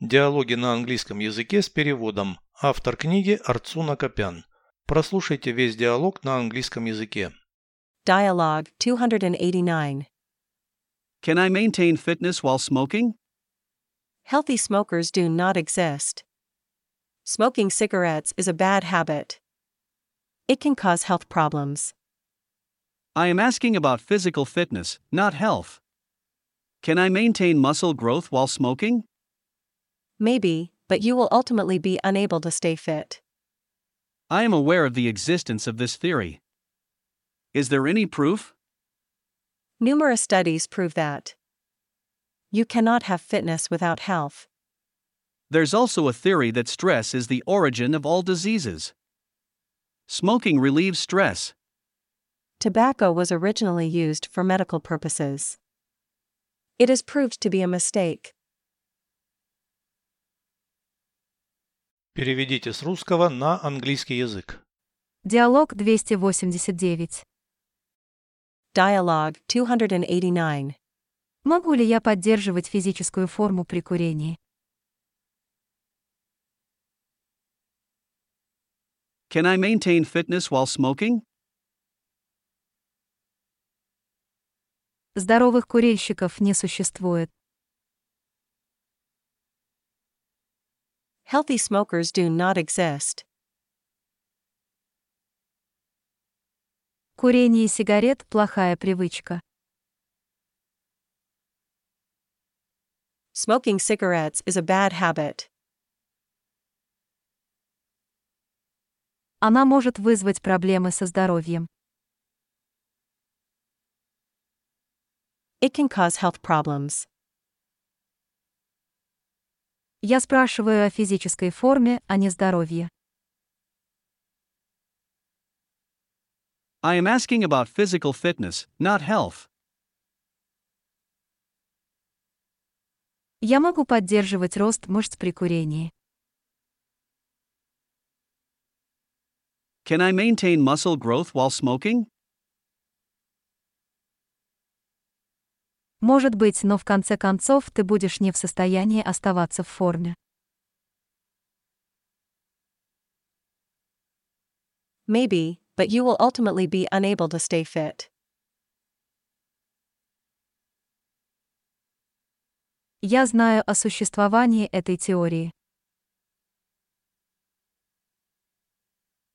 Диалоги на английском языке с переводом. Автор книги Арцуна Копян. Прослушайте весь диалог на английском языке. Dialogue 289. Can I maintain fitness while smoking? Healthy smokers do not exist. Smoking cigarettes is a bad habit. It can cause health problems. I am asking about physical fitness, not health. Can I maintain muscle growth while smoking? Maybe, but you will ultimately be unable to stay fit. I am aware of the existence of this theory. Is there any proof? Numerous studies prove that. You cannot have fitness without health. There's also a theory that stress is the origin of all diseases. Smoking relieves stress. Tobacco was originally used for medical purposes. It is proved to be a mistake. Переведите с русского на английский язык. Диалог 289. Dialogue 289. Могу ли я поддерживать физическую форму при курении? Can I maintain fitness while smoking? Здоровых курильщиков не существует. Healthy smokers do not exist. Курение сигарет – плохая привычка. Smoking cigarettes is a bad habit. Она может вызвать проблемы со здоровьем. It can cause health problems. Я спрашиваю о физической форме, а не здоровье. I am asking about physical fitness, not health. Я могу поддерживать рост мышц при курении. Can I maintain muscle growth while smoking? Может быть, но в конце концов ты будешь не в состоянии оставаться в форме. Maybe, but you will ultimately be unable to stay fit. Я знаю о существовании этой теории.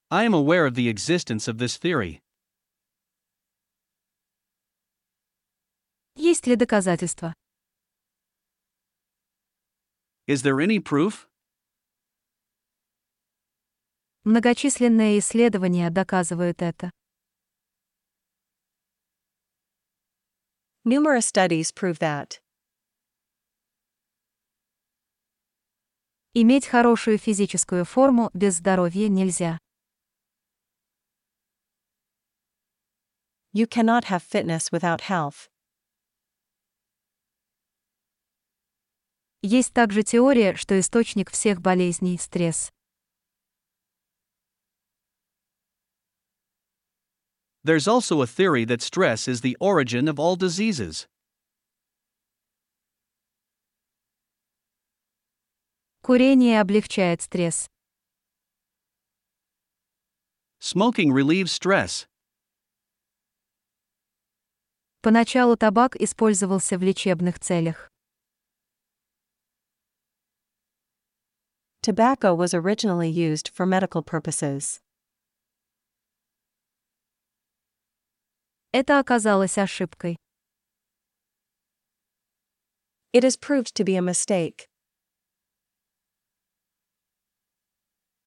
I am aware of the existence of this theory. Есть ли доказательства? Is there any proof? Многочисленные исследования доказывают это. Numerous studies prove that. Иметь хорошую физическую форму без здоровья нельзя. You cannot have fitness without health. Есть также теория, что источник всех болезней – стресс. There's also a theory that stress is the origin of all diseases. Курение облегчает стресс. Smoking relieves stress. Поначалу табак использовался в лечебных целях. Tobacco was originally used for medical purposes. Это оказалось ошибкой. It is proved to be a mistake.